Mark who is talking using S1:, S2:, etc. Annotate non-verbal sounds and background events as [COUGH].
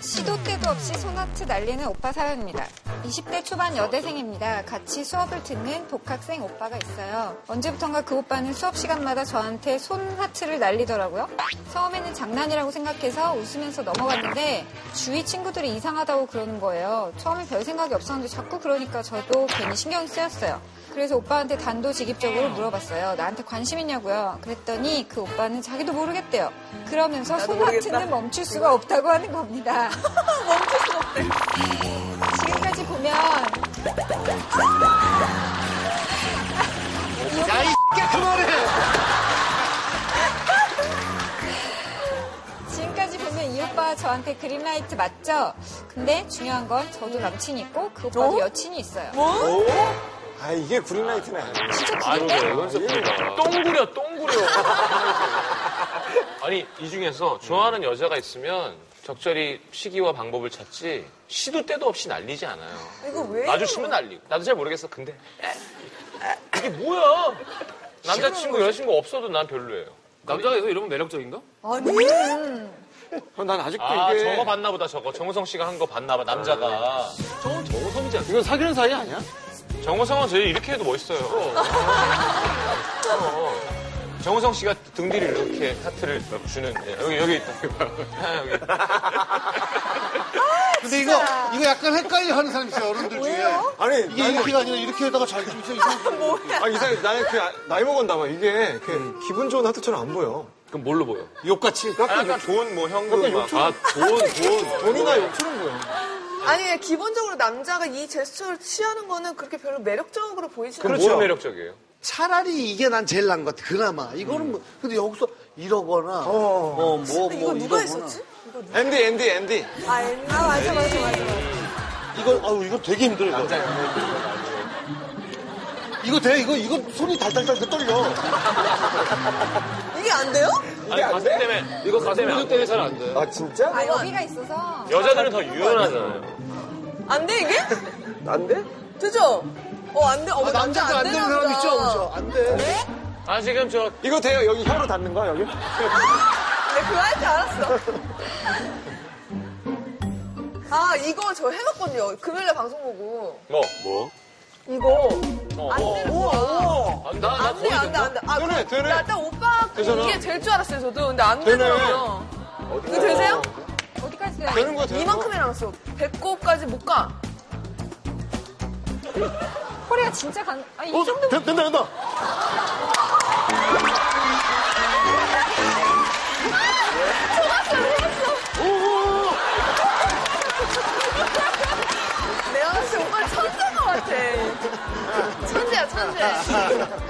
S1: 시도 때도 없이 소나트 날리는 오빠 사연입니다. 20대 초반 여대생입니다. 같이 수업을 듣는 독학생 오빠가 있어요. 언제부턴가 그 오빠는 수업 시간마다 저한테 손 하트를 날리더라고요. 처음에는 장난이라고 생각해서 웃으면서 넘어갔는데 주위 친구들이 이상하다고 그러는 거예요. 처음에 별 생각이 없었는데 자꾸 그러니까 저도 괜히 신경이 쓰였어요. 그래서 오빠한테 단도직입적으로 물어봤어요. 나한테 관심 있냐고요. 그랬더니 그 오빠는 자기도 모르겠대요. 그러면서 손 하트는 멈출 수가 없다고 하는
S2: [LAUGHS]
S1: 겁니다. 지금까지 보면
S3: 야, 이 X야, 그만해!
S1: 지금까지 보면 이 오빠 저한테 그린라이트 맞죠? 근데 중요한 건 저도 남친이 있고 그 오빠도 여친이 있어요.
S4: 아 이게 그린라이트네.
S2: 뭐? 아니, 연습해봐. 똥구려, 똥구려. 아니, 이 중에서 좋아하는 여자가 있으면 적절히 시기와 방법을 찾지 시도 때도 없이 날리지 않아요.
S5: 이거 왜?
S2: 마주치면 날리고. 나도 잘 모르겠어, 근데. 이게 뭐야? 남자친구, 여자친구 없어도 난 별로예요.
S6: 남자가 이러면 매력적인가?
S5: 아니
S4: 난 아직도
S2: 아,
S4: 이게
S2: 저거 봤나 보다, 저거. 정우성 씨가 한 거 봤나 봐, 남자가. 저건 정우성이지 않나?
S4: 이건 사귀는 사이 아니야?
S2: 정우성은 저희 이렇게 해도 멋있어요. 어. 정우성 씨가 등 뒤를 이렇게 하트를 주는 예, 여기 여기 있다. 아, 여기.
S3: 근데 이거, 이거 약간 헷갈려 하는 사람 있어요, 어른들 중에.
S4: 아니
S3: 이게
S4: 나는-
S3: 이렇게가 아니라 이렇게 하다가 자기 진짜 이상하게.
S4: 아 이상해. 나는 그 아- 나이 먹었나 봐. 이게 이렇게 기분 좋은 하트처럼 안 보여.
S2: 그럼 뭘로 보여?
S4: 욕같이.
S2: 아,
S4: 약간
S2: 약간 돈, 뭐 현금, 막.
S4: 욕처럼.
S2: 아, 돈, 돈.
S4: 돈이나 욕처럼 보여.
S5: 아니 기본적으로 남자가 이 제스처를 취하는 거는 그렇게 별로 매력적으로 보이지 않아요.
S2: 그럼
S4: 그렇죠.
S2: 뭐 매력적이에요?
S3: 차라리 이게 난 제일 나은 것 같아, 그나마. 이거는 뭐, 근데 여기서 이러거나, 어, 뭐, 뭐.
S5: 이거
S3: 이거구나.
S5: 누가 했었지? 이거 누...
S4: MD MD MD.
S5: 아, 옛날- 아 맞아 맞아 맞아. 맞아.
S3: 이거, 아우, 이거 되게 힘들어. 이거. 이거 돼, 이거, 이거 손이 달달달 그 떨려.
S5: 이게 안 돼요?
S2: 아니, 가슴 때문에. 이거 가슴
S6: 무조 때문에 잘 안 돼.
S4: 아 진짜?
S1: 아, 여기가 있어서
S2: 여자들은 더 유연하잖아요.
S5: 안 돼 이게?
S4: 안 돼?
S5: 그죠? 어안 돼. 어 남자가
S3: 아, 남자가 안 되는
S5: 되나
S3: 사람
S5: 보다.
S3: 있죠? 그죠? 안 돼.
S2: 아, 지금 저
S4: 이거 돼요? 여기 혀로 닿는 거야 여기?
S5: 내가 네, 그거 할 줄 알았어. 아 이거 저 해봤거든요. 금요일날 방송 보고
S2: 뭐? 뭐?
S5: 이거
S2: 어,
S5: 안
S2: 뭐?
S5: 되는 거야.
S2: 아, 나, 나
S5: 안 돼,
S2: 거의
S5: 안 돼, 안 돼. 아,
S4: 되네, 되네.
S5: 나딱 오빠
S4: 되잖아.
S5: 이게 될 줄 알았어요, 저도. 근데 안
S4: 되네.
S5: 되더라고요. 이거 되세요?
S1: 어디까지 돼요?
S4: 되는 거 돼요?
S5: 이만큼이 남았어. 배꼽까지 못 가.
S1: 코리아 진짜 간, 아니,
S3: 어,
S1: 이 정도
S3: 된다, 된다.
S5: 내가 봤을 때 오빠 천재인 것 같아. 천재야, 천재.